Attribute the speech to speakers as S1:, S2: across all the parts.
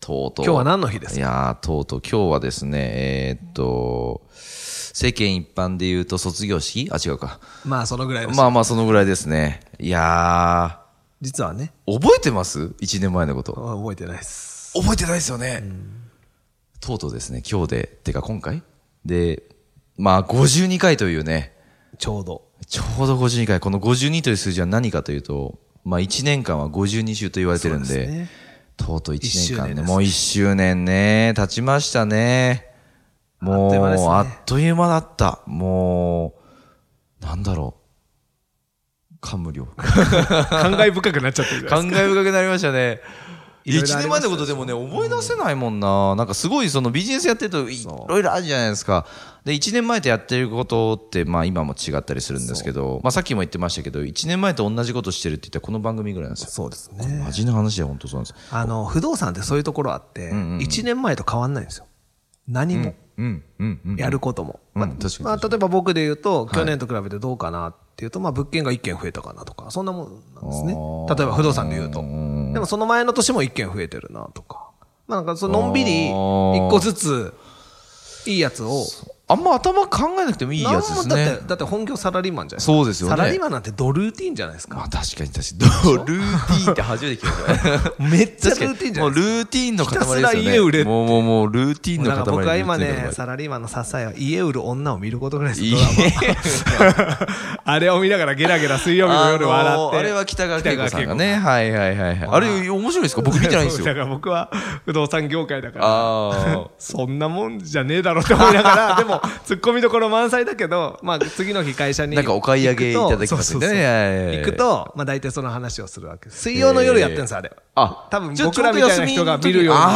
S1: とうとう。
S2: 日は何の日です
S1: い
S2: か
S1: やー、とうとう。今日はですね、えーっと、世間一般で言うと卒業式あ、違うか。
S2: まあ、そのぐらいです。
S1: まあまあ、そのぐらいですね。いや
S2: 実はね、
S1: ー、覚えてます ?1 年前のこと。
S2: あ覚えてないです。
S1: 覚えてないですよね。とうとうですね、今日で、てか今回で、まあ、52回というね、
S2: ちょうど。
S1: ちょうど52回。この52という数字は何かというと、まあ1年間は52週と言われてるん
S2: そう
S1: で、
S2: ですね
S1: とうとう1年間
S2: 一周年
S1: ね、
S2: です
S1: もう1周年ね、経ちましたね。もう、
S2: あっという間ですね
S1: あっという間だった。もう、なんだろう。感 無量。
S2: 感慨深くなっちゃってるじゃない
S1: 感慨深くなりました ね。
S2: いろいろ
S1: 1
S2: あ
S1: 年
S2: りま
S1: 前
S2: した
S1: の
S2: よ
S1: ことでもね、思い出せないもんな。なんかすごいそのビジネスやってるといろいろあるじゃないですか。で、1年前とやってることって、まあ今も違ったりするんですけど、まあさっきも言ってましたけど、1年前と同じことしてるって言ったらこの番組ぐらいなんですよ。
S2: そうですね。
S1: マジの話で本当そうなんです。
S2: あの、不動産ってそういうところあって、
S1: んうん
S2: 1年前と変わんないんですよ。何も、
S1: うん、うん、うん。
S2: やることも。
S1: うん
S2: まあ
S1: 確かに
S2: まあ、例えば僕で言うと、去年と比べてどうかなっていうと、まあ、物件が1件増えたかなとか、そんなもんなんですね
S1: あ。ー
S2: 例えば不動産で言うと。
S1: ん
S2: でも、その前の年も1件増えてるなとか。まあ、なんか、そののんびり、1個ずつ、いいやつを、
S1: あんま頭考えなくてもいいやつです
S2: なんもだ
S1: ね
S2: って、。だって本業サラリーマンじゃない
S1: そうですよね
S2: サラリーマンなんてドルーティーンじゃないです
S1: ま
S2: か。
S1: あ確かに確かに。ルーティーンって初めて聞 いた。
S2: めっちゃ
S1: 確
S2: ル
S1: か
S2: ーティー
S1: に
S2: ンじゃ
S1: もう
S2: ない
S1: ル
S2: ですか。
S1: ーティーンの塊ですよ
S2: ひたす
S1: ね。
S2: ら家売れって
S1: もうもうもうルーティーンの
S2: なん
S1: 塊
S2: か僕は今
S1: ルーティーン
S2: ね
S1: の、塊
S2: サラリーマンの支えは家売る女を見ることぐらいです
S1: いい
S2: ドラマあれを見ながらゲラゲラ水曜日の夜笑って。
S1: あのーあれは北川景子さんがね。はいはいはいはい。あれ面白いですか
S2: 北川
S1: 僕
S2: 景
S1: 見
S2: 子さん。
S1: てないんで す
S2: だ
S1: よ。
S2: から僕は不動産業界だから。
S1: あ
S2: そんなもんじゃねえだろって思いなが ら、でも、突っ込みどころ満載だけど、まあ、次の日会社
S1: あ。
S2: に。
S1: なんかお買い上げいただきます
S2: そう
S1: よ
S2: そうそう
S1: ね。
S2: 行くと、まあ、大体その話をするわけです水曜の夜やってるんです、あれ。
S1: あ
S2: 多分僕らみたいな人が見るよう
S1: あ
S2: に。
S1: あ、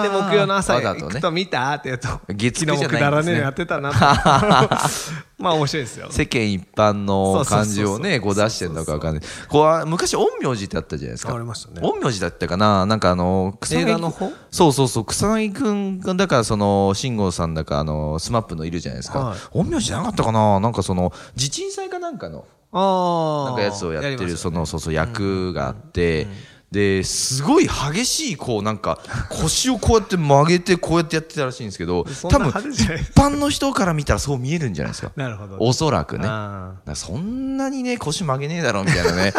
S1: ああ。
S2: で、木曜の朝
S1: わざ
S2: 行
S1: と
S2: く
S1: ね
S2: と。見たって言うと、
S1: 月
S2: 昨
S1: 九じゃないん
S2: 日もく
S1: ですね
S2: だらねえのやって たなとまあ面白いですよ。
S1: 世間一般の感じをね、
S2: そ
S1: こ
S2: う
S1: う
S2: そうそうそう
S1: 出してるのかわかんない。こうあ昔、陰陽師ってあったじゃないですか。
S2: ありましたね
S1: 陰陽師だったかななんかあの、草薙
S2: 映画の方
S1: そうそうそう、草薙くんが、だからその、慎吾さんだか、あの、スマップのいるじゃないですか
S2: はい。
S1: 陰陽師じゃなかったかななんかその、自鎮祭かなんかの、
S2: ああ。
S1: なんかやつをやって
S2: りま
S1: る、
S2: す
S1: その、そうそう、役があって、で、すごい激しい、こう、なんか、腰をこうやって曲げて、こうやってやってたらしいんですけど、
S2: そん
S1: 多
S2: な
S1: 分、
S2: 派手じゃない
S1: 一般の人から見たらそう見えるんじゃないですか。
S2: なるほど。
S1: おそらくね。
S2: あ
S1: だからそんなにね、腰曲げねえだろ、みたいな ね、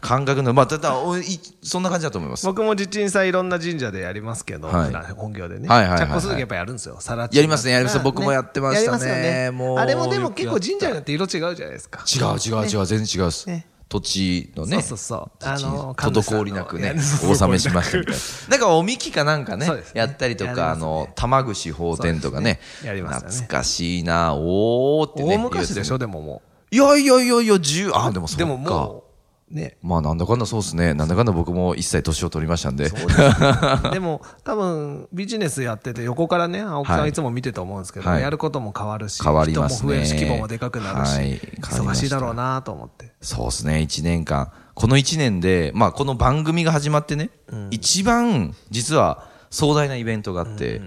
S1: 感覚の、まあ、ただ、おいそんな感じだと思いま
S2: ー
S1: す。
S2: 僕も地鎮祭いろんな神社でやりますけど、
S1: はい
S2: 普段本業でね。
S1: はいはいはいはい
S2: 着工するときやっぱやるんですよ。さら
S1: やりますねやります僕もやってましたね
S2: やりますよね。
S1: もう
S2: あれもでも結構神社によって色違うじゃないですか。
S1: 違う違う違う、全然違うっす。
S2: ね
S1: 土地のね、
S2: そうそうそう
S1: 土地
S2: あの
S1: 滞りなくね
S2: 神主さ、
S1: お
S2: ん
S1: 納
S2: の
S1: めしましたみたいな。 なんかおみきかなんかね
S2: そうです、ね
S1: やったりと
S2: やりま
S1: か、
S2: すね
S1: あの、玉串法典とかね、
S2: そうですねやりましたね
S1: 懐かしいな、おーってね。
S2: 大昔でしょ、でもも。
S1: いやいやいやいや、10、あ、でもそうっか。
S2: でももう、ね。
S1: まあ、なんだかんだそうですね。なんだかんだ僕も一切年を取りましたんで。
S2: でも、多分、ビジネスやってて、横からね、青木さ
S1: は
S2: ん
S1: い
S2: いつも見てて思うんですけど、
S1: はい
S2: やることも変わるし、
S1: 変わりますね
S2: 人も増えるし、規模もでかくなるし、
S1: はい変わりま
S2: 忙
S1: した
S2: しいだろうなと思って。
S1: そうですね、1年間。この1年で、まあ、この番組が始まってね、一番、実は、壮大なイベントがあって、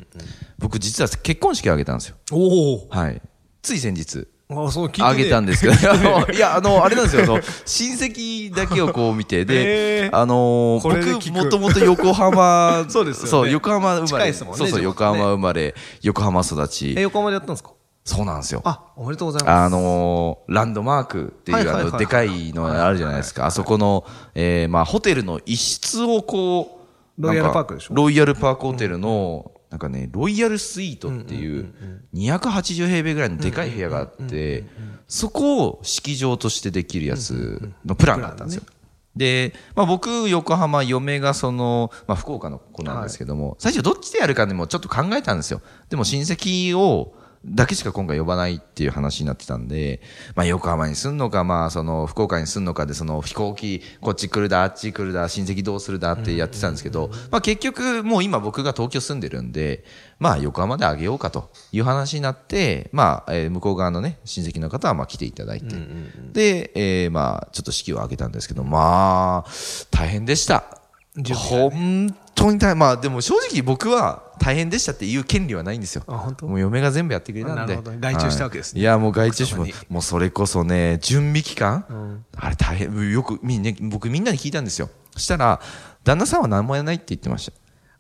S1: 僕、実は結婚式を挙げたんですよ。
S2: お
S1: はい。つい先日、
S2: おあ、そう聞いてね
S1: 挙げたんですけど、 いや、あの、あれなんですよ、あの、親戚だけをこう見て、
S2: へ
S1: で
S2: ー、
S1: あのー、
S2: これで
S1: 僕、
S2: 聞く
S1: もともと横浜、
S2: そうですよね
S1: そう、横浜生ま
S2: 近い
S1: れ、
S2: ですもんね
S1: そうそう、
S2: 地
S1: 横
S2: 元ね
S1: 浜生まれ、横浜育
S2: え、
S1: ち、
S2: 横までやったんですか
S1: そうなんですよ。
S2: あ、おめでとうございます。
S1: あのーランドマークって、
S2: はいいうはい
S1: あ
S2: はい
S1: の、でかいのあるじゃないですか。あそこの、えーまあ、ホテルの一室をこう、
S2: ロイヤ
S1: な
S2: ル
S1: んか
S2: パークでしょ
S1: ロイヤルパークホテルの、なんかね、ロイヤルスイートっていう、280平米ぐらいのでかい部屋があって、そこを式場としてできるやつのプランがあったんですよ。で、まあ、僕、横浜、嫁がその、まあ、福岡の子なんですけども、最初どっちでやるかでもちょっと考えたんですよ。でも親戚を、だけしか今回呼ばないっていう話になってたんで、まあ、横浜に住んのか、まあ、その福岡に住んのかでその飛行機こっち来るだあっち来るだ親戚どうするだってやってたんですけど、まあ、結局もう今僕が東京住んでるんで、まあ、横浜であげようかという話になって、まあえー向こう側の、ね、親戚の方はまあ来ていただいて、で、えーまあ、ちょっと式を挙げたんですけどまあ大変でした。
S2: 準備
S1: 本当に大変、まあでも正直僕は大変でしたっていう権利はないんですよ。
S2: あ本当
S1: もう嫁が全部やってくれたんで。
S2: なるほど外注したわけですね
S1: はいいや、もう外注しも
S2: 奥様に、
S1: もうそれこそね、準備期間、
S2: ん
S1: あれ大変、よくみんな、僕みんなに聞いたんですよ。そしたら、旦那さんは何もやらないって言ってました。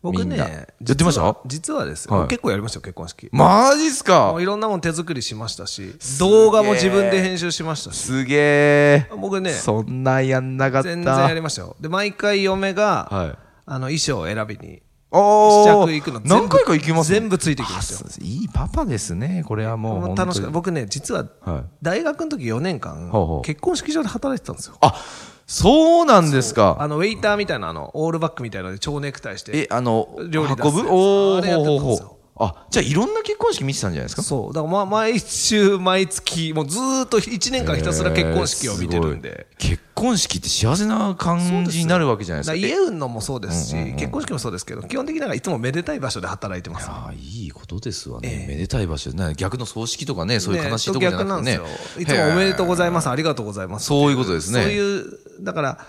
S2: 僕
S1: みん
S2: ね
S1: なやってまし
S2: 実は
S1: た
S2: 実はです
S1: は
S2: よ
S1: い
S2: 結構やりましたよ結婚式
S1: マジっす
S2: も
S1: か
S2: ういろんなもん手作りしましたし動画も自分で編集しましたし
S1: すげえ。
S2: 僕ね
S1: そんなんやんなかった。
S2: 全然やりましたよで毎回嫁が、
S1: はい
S2: あの衣装を選びに試
S1: お
S2: 着
S1: ー
S2: 行くの全部
S1: 何回か行きますね
S2: 全部ついてきました
S1: あ
S2: よ
S1: そうですいいパパですね、これはもう
S2: も
S1: 本
S2: う
S1: 当に。
S2: 楽しかった僕ね実は
S1: はい
S2: 大学の時4年間、
S1: ほうほう
S2: 結婚式場で働いてたんですよ
S1: あ、そうなんです
S2: あ
S1: か。
S2: のウェイターみたいなあのオールバックみたいなので蝶ネクタイして
S1: え、あの、
S2: 料理出す
S1: 運ぶお
S2: あ
S1: お
S2: れやってたん
S1: ほう
S2: ですよ
S1: ほうほう。あ、じゃあいろんな結婚式見てたんじゃないですか
S2: そうだから、ま、毎週毎月もうずーっと1年間ひたすら結婚式を見てるんで
S1: え、ーすごい結婚式って幸せな感じになるわけじゃない
S2: だ
S1: で
S2: から
S1: すか。
S2: 家
S1: え
S2: 運のもそうですし、結婚式もそうですけど基本的になんかいつもめでたい場所で働いてます
S1: ああ、いいことですわね。めでたい場所。な逆の葬式とかね、そういう悲しいとこじ
S2: ね
S1: ゃなくてね
S2: 逆なんです。よいつもおめでとうございますありがとうございます
S1: そういうことですね
S2: そういうだから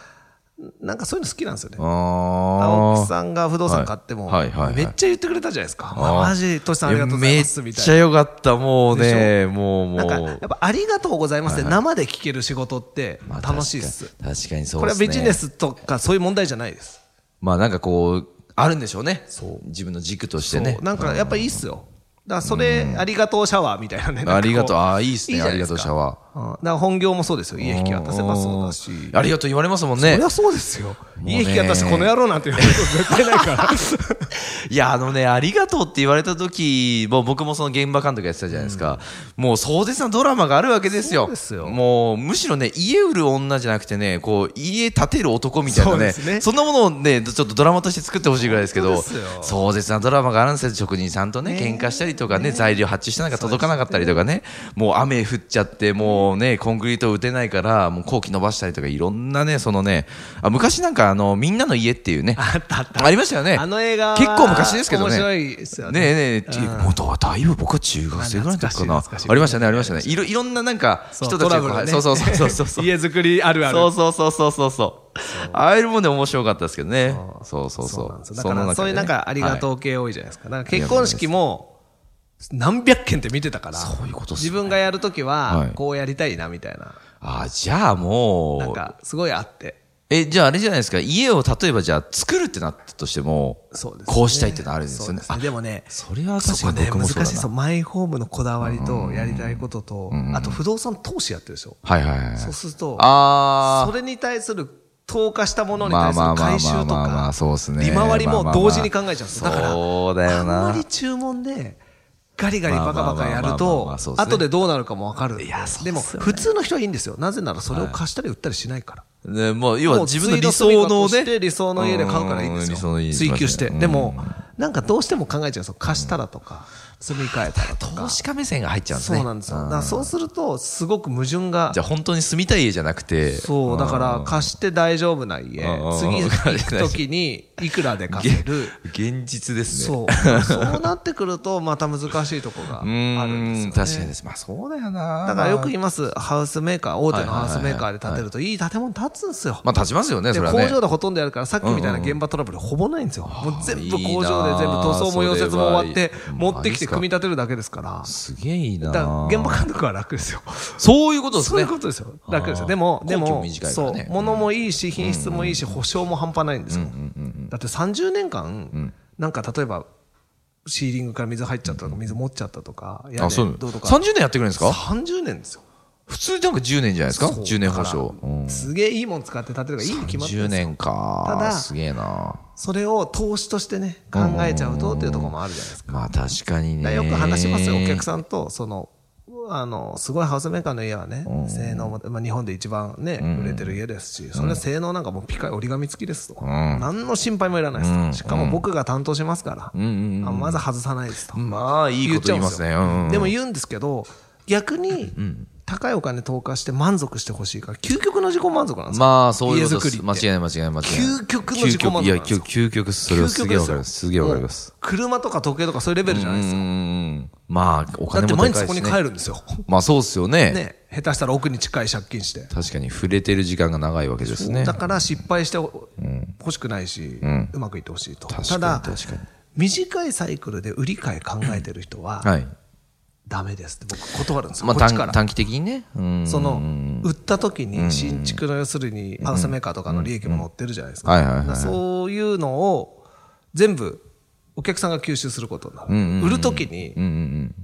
S2: なんかそういうの好きなんですよね
S1: あ
S2: 青木
S1: あ。
S2: さんが不動産買っても、
S1: はいはいはいはい
S2: めっちゃ言ってくれたじゃないですか。
S1: あー
S2: マジ、トシさんありがとうございます、
S1: めっ
S2: みたい
S1: ち
S2: な
S1: ゃ。よかった。もうね、もう
S2: なんか、
S1: も
S2: やっ
S1: う。
S2: ぱありがとうございますって生で聞ける仕事って楽しいっす。
S1: まあ確かに確かにそうですね。
S2: これはビジネスとかそういう問題じゃないです。
S1: まあなんかこう、あるんでしょうね。自分の軸としてね
S2: そう。なんかやっぱいいっすよ。だからそれ、ありがとうシャワーみたいなね。なんかこ
S1: ありがとう。ああ、いいです
S2: いい
S1: ね。
S2: じゃ
S1: あ
S2: な
S1: り
S2: いで
S1: が
S2: す
S1: と
S2: か
S1: う、シャワー。
S2: うんだから本業もそうですよ。家引き渡せばそうだし。
S1: ありがとう言われますもんね
S2: そり。ゃそうですよ。
S1: ね
S2: 家引き渡してこの野郎なんて言われること絶対ないから。
S1: い や、あのね、ありがとうって言われた時、もう僕もその現場監督やってたじゃないですか。もう壮絶なドラマがあるわけですよ。
S2: そうですよ
S1: もう、むしろね、家売る女じゃなくてね、こう、家建てる男みたいな
S2: そうで
S1: ね。
S2: すね
S1: そんなものをね、ちょっとドラマとして作ってほしいぐらいですけど
S2: 本当ですよ、
S1: 壮絶なドラマがあるんですよ。職人さんとね、喧嘩したりとかね、材料発注してなんか届かなかったりとかね。もう雨降っちゃって、もうね、コンクリート打てないから、もう工期伸ばしたりとか、いろんなね、そのね、あ昔なんかあの、みんなの家っていうね。
S2: あったあっ た
S1: ありましたよね。
S2: あの映画は
S1: 結構昔ですけどね。
S2: 面白いですよね
S1: ねえねえ、もうだだいぶ僕は中学生ぐらいの時か
S2: あ懐
S1: な。
S2: かしい懐かしい
S1: ありましたね、ありましたね。いろいろんななんか人たち
S2: ト
S1: が
S2: ラ
S1: こ
S2: ブル
S1: う
S2: ね。
S1: そうそうそうそうそう。
S2: 家作りあるある。
S1: そうそうそうそうそうそう。ああいうもんで面白かったですけどね。そうそう
S2: そ
S1: そう
S2: なん
S1: う
S2: です。よだからそういうなんかありがとう系多いじゃないですか。だから
S1: ありが
S2: 結
S1: とうご
S2: 婚
S1: ざいます
S2: 式も何百件って見てたから、
S1: そういうことっすね
S2: 自分がやるとき
S1: は
S2: はいこうやりたいなみたいな、
S1: う。あ、じゃあ
S2: な
S1: も
S2: ん
S1: う、
S2: かすごいあって。
S1: え、じゃああれじゃないですか。家を例えばじゃあ作るってなったとしても、
S2: そうですね
S1: こうしたいってのあるんですよ
S2: そう
S1: ね
S2: で。す
S1: あ
S2: ね。でもね、
S1: それは
S2: そこ
S1: 確かに
S2: ね、
S1: 僕
S2: 難
S1: も
S2: しい
S1: そうだ
S2: そう。
S1: な。
S2: マイホームのこだわりと、やりたいことと、あと不動産投資やってるでしょ。
S1: はいはいはい。
S2: そうすると、
S1: あ
S2: そ
S1: ー
S2: れに対する投下したものに
S1: まあ
S2: 対す
S1: まあ
S2: る
S1: まあ
S2: 回収
S1: まあ
S2: と
S1: まあま
S2: か
S1: あ、そうっすね
S2: 利回りも同時に考えちゃうんです
S1: ま
S2: よ。だ
S1: あまあ
S2: か
S1: まあ
S2: ら、
S1: そうだよな
S2: あんまり注文で、ガリガリバカバ
S1: まあま
S2: カやる
S1: あまあまあま
S2: と
S1: あそう、ですね
S2: 後でどうなるかもわかる。いや、でも、普通の人はいいんですよ。なぜならそれを貸したり売ったりしないから。
S1: ね、もう要は
S2: もう
S1: 自分の理想の
S2: 次住み越し
S1: ね
S2: て理想の家で買うからいいんです
S1: う理想
S2: よ
S1: の家。
S2: 追求して。
S1: うん
S2: でも、なんかどうしても考えちゃうんですよ。貸したらとか、住み替えたらとか
S1: 投。資家目線が入っちゃうんですね
S2: そうなんですよ。だからそうすると、すごく矛盾が
S1: じゃあ本当に住みたい家じゃなくて
S2: そう、だから貸して大丈夫な家
S1: うん、
S2: 次
S1: うん
S2: 行くときにいくらで貸せる。
S1: 現実ですね
S2: そう。そうなってくると、また難しいとこがあ
S1: う
S2: るんです
S1: ー
S2: よ、
S1: ん
S2: ね。
S1: 確かにですまあそうだよな
S2: だからよく言います、ハウスメーカー、大手のハウスメーカーで建てると、いい建物建つんですよ。
S1: まあ立ちますよね
S2: で
S1: それは
S2: 工
S1: ね
S2: 場でほとんどやるから、さっきみたいな現場トラブルほぼないんですよ。もう全部工場で全部塗装も溶接も終わって
S1: いいな、あ
S2: 持ってきて組み立てるだけですから。
S1: すげえいいな
S2: だから現場監督は楽ですよ。
S1: そういうことです
S2: そうい
S1: ね
S2: うことですよ。
S1: あー
S2: 楽ですよ。でも、で
S1: 工期も
S2: も、
S1: 短いか
S2: そ
S1: らね
S2: う、物もいいし、品質もいいし、保証も半端ないんですよ。だって30年間、なんか例えば、シーリングから水入っちゃったとか、水持っちゃったとか、屋
S1: あ
S2: 根
S1: そう
S2: どうとか。
S1: 30年やってくれるんですか
S2: 30年ですよ。
S1: 普通なんか10年じゃないですか
S2: そう
S1: 10年保証
S2: だからすげえいいもん使って建てるからいいに決まってる
S1: 10
S2: んですよ
S1: 年か
S2: ただ
S1: すげえな
S2: それを投資としてね、考えちゃうとっていうところもあるじゃないですか。
S1: まあ確かに
S2: だ
S1: ね
S2: からよく話しますよ、お客さんと、その、あの、すごいハウスメーカーの家はね、性能も、まあ、日本で一番ね、売れてる家ですし、それは性能なんかもうピカイ折り紙付きですと。何の心配もいらないですと。しかも僕が担当しますから、あまず外さないですと。
S1: まあいいこと言いますね
S2: 言っちゃうんですよ
S1: うんうん
S2: でも言うんですけど、逆に、高いお金投下して満足してほしいから、究極の自己満足なんですよ。
S1: まあ、そういうことで
S2: 家
S1: す。
S2: 作り
S1: 間
S2: っ
S1: 違
S2: て
S1: いない、間違いない、間違いない。
S2: 究極の自己満足な
S1: 究極い
S2: ん
S1: や、
S2: ですよ
S1: 究究極、それはすげえわかります。すげえわかりま
S2: も
S1: す。
S2: う車とか時計とかそういうレベルじゃないです
S1: う
S2: よ。
S1: ん。まあ、お
S2: だっ
S1: 金
S2: て
S1: も
S2: 毎
S1: でか
S2: 日そ
S1: い
S2: こ
S1: し
S2: に
S1: ね。
S2: 帰るんですよ。
S1: まあ、そうっすよね。
S2: ね、下手したら奥に近い借金して。
S1: 確かに、触れてる時間が長いわけですね。
S2: だから失敗してほ欲しくないし、うまくいってほしいと。
S1: 確かに
S2: ただ
S1: 確かに、
S2: 短いサイクルで売り買い考えてる人は、
S1: はい。
S2: ダメですって僕断るんですよ、
S1: まあ、
S2: こっちか
S1: 短
S2: ら。
S1: 短期的にね。うん。
S2: その、売った時に新築の要するに、ハウスメーカーとかの利益も載ってるじゃないですか。
S1: はいはいはい
S2: だからそういうのを全部お客さんが吸収することになる。売る時
S1: うん
S2: に
S1: うん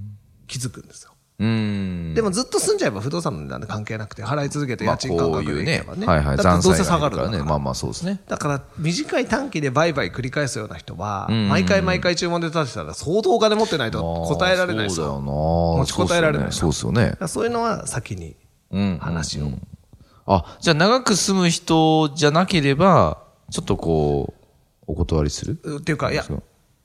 S2: 気づくんですよ。
S1: うん。うん。
S2: でもずっと住んじゃえば不動産の値段で関係なくて、払い続けて
S1: ま
S2: 家
S1: あ、
S2: 賃感
S1: こう
S2: 覚
S1: い
S2: で
S1: う
S2: いけ
S1: ね
S2: ば。ね。
S1: はいはい。
S2: だってどう
S1: 残債
S2: せ下
S1: が
S2: が
S1: い
S2: る
S1: からね。
S2: ね。
S1: まあまあ、そうですね。
S2: だから短い短期で売買繰り返すような人は、毎回毎回注文で立てたら相当お金持ってないと答えられないです
S1: そうだよな。
S2: 持ちこたえられない
S1: そうっすよね
S2: だか。らそういうのは先に
S1: うんうんうん
S2: 話を。
S1: あ、じゃあ長く住む人じゃなければ、ちょっとこう、お断りする
S2: っていうか、いや、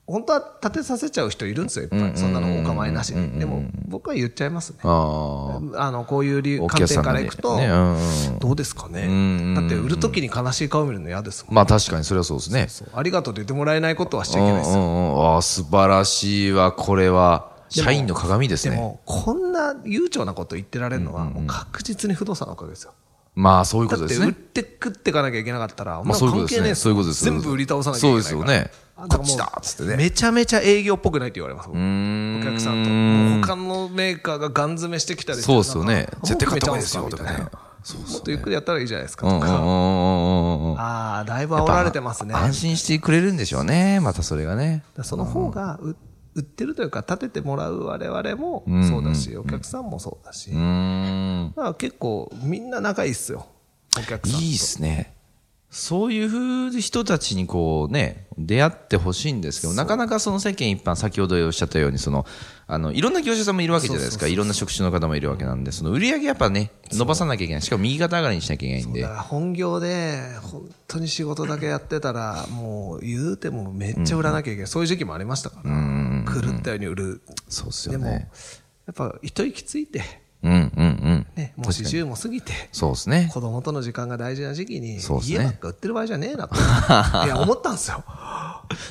S2: 本当は立てさせちゃう人いるんですよ、いっぱい。そんなのお構いなしに。でも僕は言っちゃいますね。
S1: ああ。
S2: あの、こういう理由
S1: お
S2: 観
S1: 客
S2: 点
S1: さん
S2: か
S1: が
S2: ら
S1: ね
S2: いくと
S1: ね、うんうん
S2: どうですかね。だって売るときに悲しい顔見るの嫌ですもん。
S1: まあ確かにそれはそうですね。
S2: そうありがとうって言ってもらえないことはしち
S1: う
S2: ゃい
S1: ん
S2: け
S1: う
S2: ないですよ。
S1: んうん。ああ、素晴らしいわ、これは。
S2: でも
S1: 社員の鏡です
S2: で
S1: ね。
S2: も、こんな悠長なこと言ってられるのは、もう確実に不動産のおかげですよ。
S1: まあそういうこ
S2: だ
S1: と
S2: っ
S1: で
S2: て
S1: す
S2: 売
S1: ね。
S2: って食っていかなきゃいけなかったら、
S1: まあそういうことです
S2: 関係ねえ
S1: ね。
S2: っす
S1: そういうことです。
S2: 全部売り倒さなきゃいけないから。
S1: そうですよね。
S2: あ
S1: こっちだっつってね。
S2: めちゃめちゃ営業っぽくないって言われます、僕
S1: ん
S2: お客さんと。もう他のメーカーがガン詰めしてきたりして
S1: そうですよね
S2: なん。
S1: 絶対買った方がいいですよ、
S2: もう
S1: と
S2: 決
S1: か
S2: めちゃうん
S1: ね
S2: す。
S1: そう
S2: もっとゆっくりやったらいいじゃないですか、
S1: うんう
S2: と
S1: んうんうん
S2: か。
S1: うんうんうん。
S2: ああ、だいぶ煽られてますね。
S1: 安心してくれるんでしょうね。またそれがね。
S2: だからその方がう売ってるというか、立ててもらう我々もそうだし、お客さんもそうだし。
S1: うーん。
S2: まあ結構みんな仲いいっすよ。お客さんと。
S1: いいっすね。そういうふう人たちにこうね、出会ってほしいんですけど、なかなかその世間一般、先ほどおっしゃったように、その、あの、いろんな業者さんもいるわけじゃないですか。いろんな職種の方もいるわけなんで、その売り上げやっぱね、伸ばさなきゃいけない。しかも右肩上がりにしなきゃいけないんで
S2: だか。ら本業で本当に仕事だけやってたらもう言うてもめっちゃ売らなきゃいけない、そういう時期もありましたから、狂ったように売る、
S1: そうっす
S2: で
S1: よ
S2: もや
S1: ね。
S2: っぱ一息ついて、
S1: うんうんうん。
S2: ね、もう40も過ぎて
S1: そうですね。
S2: 子供との時間が大事な時期に
S1: そうですね
S2: 家ばっか売ってる場合じゃねえな といや思ったんですよ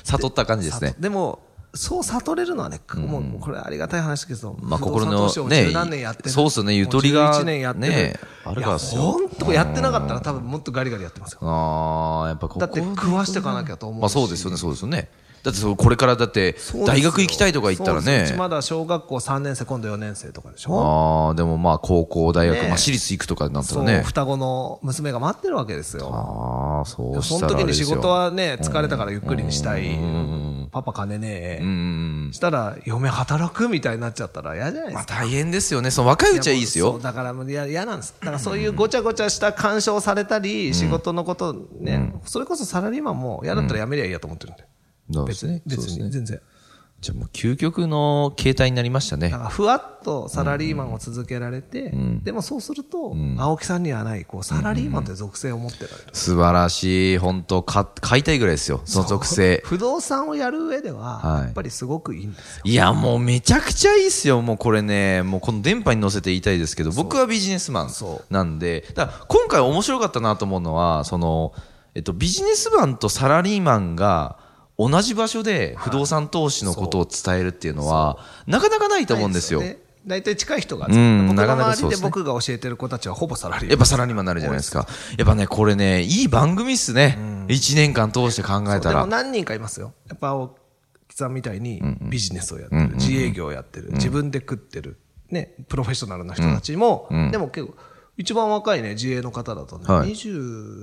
S1: 悟った感じですね。
S2: でもそう悟れるのはね、もうこれありがたい話ですけど、
S1: まあ
S2: 不動産
S1: 心の
S2: 投資を
S1: ね
S2: 十何年やってる
S1: そうっすよねゆとりが
S2: もう11年やってる、
S1: ねあるからっすよ
S2: 本当やってなかったら多分もっとガリガリやってますよ
S1: ああ、やっぱここ
S2: だって食わしてかなきゃと思うし
S1: まあそうですよね、そうですよね。だってそうこれからだって
S2: そう、ですよ
S1: 大学行きたいとか言ったら
S2: そうで
S1: ね
S2: すうち。まだ小学校3年生今度4年生とかでしょ
S1: ああ、でもまあ高校、大学、
S2: ねえ
S1: まあ私立行くとかになった
S2: そ
S1: ら
S2: う、
S1: ね。
S2: 双子の娘が待ってるわけですよ
S1: ああ、そうし
S2: そ
S1: た
S2: の
S1: らあ
S2: 時
S1: れ
S2: に
S1: です
S2: 仕
S1: よ。
S2: 事はね疲れたからゆっくりにしたいパパ金ねえ、
S1: うんうん
S2: したら嫁働くみたいになっちゃったら嫌じゃない
S1: うん。
S2: で
S1: ますあ
S2: か、
S1: 大変ですよね。その若いうちはいいです
S2: そ
S1: よ
S2: う。だからもういや嫌なんですだからそういうごちゃごちゃした干渉されたり仕事のことね、それこそサラリーマンも嫌だったら辞めりゃいいやと思ってるんで、
S1: そうです
S2: 別
S1: ね
S2: に。
S1: そう
S2: 別
S1: です
S2: に、
S1: ね。
S2: 全然
S1: じゃあもう究極の形態になりましたね
S2: だ。からふわっとサラリーマンを続けられて、でもそうすると、青木さんにはないこうサラリーマンという属性を持ってられる、
S1: 素晴らしい。本当か買いたいぐらいですよ。その属性。
S2: 不動産をやる上で
S1: は、
S2: はいやっぱりすごくいいんですよ。
S1: いや、もうめちゃくちゃいいっすよ。もうこれね、もうこの電波に乗せて言いたいですけど、僕はビジネスマン
S2: そ
S1: なんで、だから今回面白かったなと思うのは、その、えっと、ビジネスマンとサラリーマンが同じ場所で不動産投資のことを伝えるっていうのは、なかなかないと思うんですよ。
S2: ね大体近い人が、
S1: ん
S2: 僕
S1: なかな
S2: の
S1: か
S2: 周
S1: そ
S2: り
S1: うで
S2: です
S1: ね
S2: 僕が教えてる子たちはほぼサラリーマ
S1: や
S2: ン
S1: っぱサラリーマンになるじゃないですか。やっぱね、これね、いい番組っすね。一年間通して考えた
S2: でも
S1: ら。
S2: 何人かいますよ。やっぱ青木さんみたいにビジネスをやってる、自営業をやってる、自分で食ってる、ね、プロフェッショナルな人たちも、でも結構、一番若いね、自営の方だとね、
S1: はい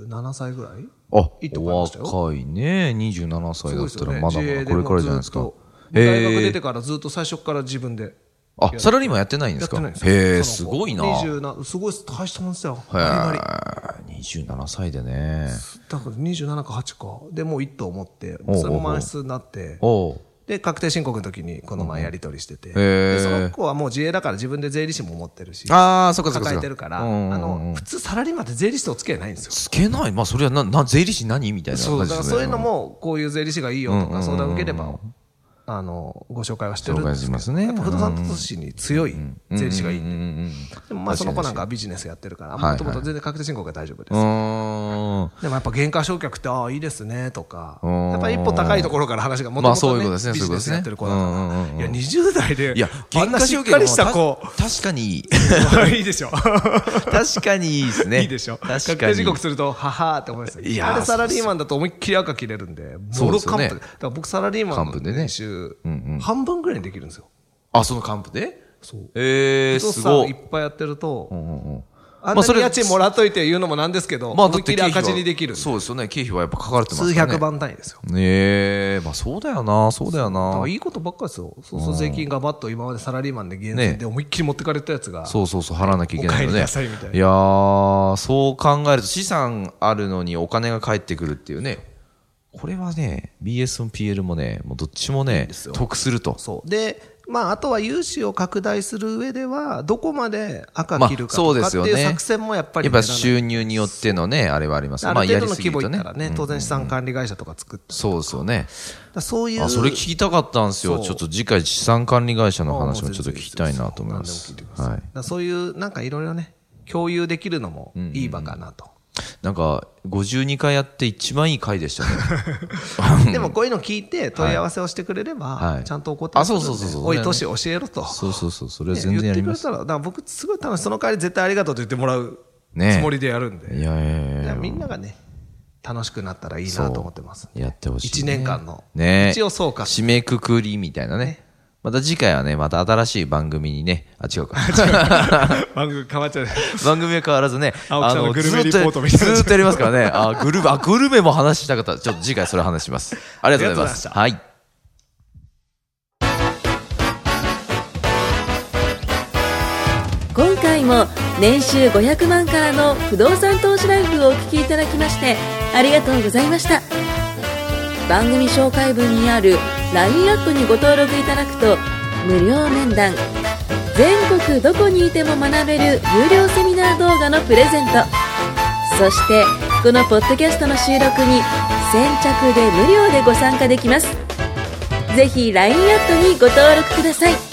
S2: 27歳ぐらい
S1: あ、
S2: いいと思いましたよ
S1: 若いね。27歳だったらまだまだこれからじゃないですか。
S2: 大学
S1: へー
S2: 出てからずっと最初から自分で
S1: あ、サラリーマンやってないんで
S2: や
S1: す
S2: って
S1: か
S2: ないんですよ。
S1: へえ、す
S2: その子
S1: ごいな。
S2: 20な、すごいです、大したもんですよ。
S1: へ
S2: バリバリ
S1: え、27歳でね。
S2: だから27か8か。で、もう1頭持って、それも満室になって、
S1: おう
S2: で、確定申告の時にこの前やり取りしてて、
S1: へえ
S2: でその子はもう自営だから自分で税理士も持ってるし、
S1: ああ、そっかそっかそ
S2: 抱え
S1: っか。
S2: てるから、あ
S1: うんうんうん
S2: の、普通サラリーマンって税理士とお付き合いないんですよ。
S1: つけないまあ、それはな、な、税理士何みたいな
S2: そう、
S1: 感
S2: だ
S1: じ
S2: か
S1: で
S2: ら
S1: すね。
S2: そういうのも、こういう税理士がいいよと
S1: うんうんうんう
S2: か
S1: ん
S2: 相談受ければ、あの、ご紹介はしてるんですけ
S1: 紹
S2: ど
S1: 介しますね
S2: やっぱ不動産投資に強い税理士がいいん
S1: うん
S2: で。
S1: うんうん。
S2: でもまあその子なんかはビジネスやってるから、もともと全然確定申告が大丈夫です。
S1: うん。うん。
S2: でもやっぱ減価償却って、ああ、いいですね、とか、
S1: うん
S2: やっぱ一歩高いところから話が、も
S1: まあ
S2: と
S1: そう
S2: も
S1: いうことです
S2: と
S1: ね
S2: ビジネスやってる子だ
S1: そういうことですねうんうんうんう
S2: か
S1: ん
S2: ら。いや、20代で、
S1: いや、
S2: あんなしっかりした子
S1: た、確かに、
S2: いいでしょ。
S1: 確かにいいですね。
S2: いいでしょ。確
S1: 確
S2: 定
S1: か
S2: 時
S1: に。
S2: 刻すると、ははーって思いますよ。
S1: いやー
S2: あれサラリーマンだと思いっきり赤切れるんで、
S1: そうで
S2: ボロ
S1: すよ
S2: カ
S1: ね
S2: ンプ。だから僕サラリーマン
S1: カンプ
S2: の
S1: でね
S2: 年収
S1: うんうん、
S2: 半分ぐらいにできるんですよ。
S1: あ、そのカンプで
S2: そう。
S1: えー、
S2: 不動
S1: す
S2: 産
S1: ご
S2: いっ
S1: い。
S2: ぱいやってると、
S1: うんうんうん
S2: あ
S1: ま
S2: んな
S1: あそ
S2: に
S1: れ
S2: 家賃もらっといて言うのもなんですけど、
S1: まあ、
S2: 思
S1: だっ
S2: いっき
S1: て
S2: り
S1: 経費は
S2: 赤字にできるんで。
S1: そうですよね。経費はやっぱかかれてます
S2: 数
S1: からね。
S2: 百。万単位ですよ。
S1: ええまあそうだよな、そうだよな
S2: あ。いいことばっかりですよ。そうそう、税金がバッと今までサラリーマンで減税
S1: ね
S2: で思いっきり持ってかれたやつが。
S1: そうそうそう、払わなきゃいけないよ
S2: お帰り
S1: ね。
S2: なさいみたいない
S1: やー、そう考えると、資産あるのにお金が返ってくるっていうね。これはね、BS も PL もね、もうどっちもね、
S2: ですよ
S1: 得すると。
S2: そうで、まあ、あとは融資を拡大する上では、どこまで赤切るか
S1: まあそう
S2: と
S1: で
S2: かっ
S1: す
S2: て
S1: よね
S2: いう作戦もやっぱり
S1: やっ
S2: 目
S1: ぱ
S2: 立たない、
S1: 収入によってのね、あれはあります。
S2: ある程度の
S1: やりすぎ
S2: 規
S1: る
S2: 模い
S1: と
S2: ったらね、当然資産管理会社とか作って、
S1: そうですよね。
S2: だからそういう、
S1: あ、それ聞きたかったんですよ。
S2: そう
S1: ちょっと次回資産管理会社
S2: あ
S1: の
S2: もう
S1: 話も
S2: 全然
S1: ちょっと聞きたいなと思います
S2: 何でも聞いて。くださいだ
S1: はい
S2: か。らそういう、なんかいろいろね、共有できるのもいい場かなと。
S1: なんか、52回やって一番いい回でした ね。
S2: でもこういうの聞いて問い合わせをしてくれれば、
S1: はい
S2: ちゃんとお答えするんで
S1: あそうそうそうそう
S2: おい、年教えろと。
S1: そうそうそう、それは
S2: ね
S1: 全然やり
S2: 言
S1: ま
S2: って
S1: す。
S2: くれたら、だから僕、すごい楽しい。その代わり絶対ありがとうと言ってもらう
S1: ね
S2: つもりでやるんで。
S1: いやいやいやい
S2: だから
S1: や。
S2: みんながね、楽しくなったらいいなと思ってます。
S1: やってほしい、
S2: 1年間の。
S1: ね
S2: 一応総括。
S1: 締めくくりみたいなね。また次回はね、また新しい番組にね、あ、違うか。
S2: 番組変わっちゃう。
S1: 番組は変わらずね、
S2: 青木さんのグルメリポートみたい
S1: ず
S2: な
S1: っとずっとやりますからね。あ、グルメ、あ、グルメも話したかった。ちょっと次回それ話します。ありがとうございます。
S2: ありが
S1: はい。
S3: 今回も年収500万からの不動産投資ライフをお聞きいただきましてありがとうございました番組紹介文にある LINE アップにご登録いただくと無料面談全国どこにいても学べる有料セミナー動画のプレゼントそしてこのポッドキャストの収録に先着で無料でご参加できますぜひ LINE アットにご登録ください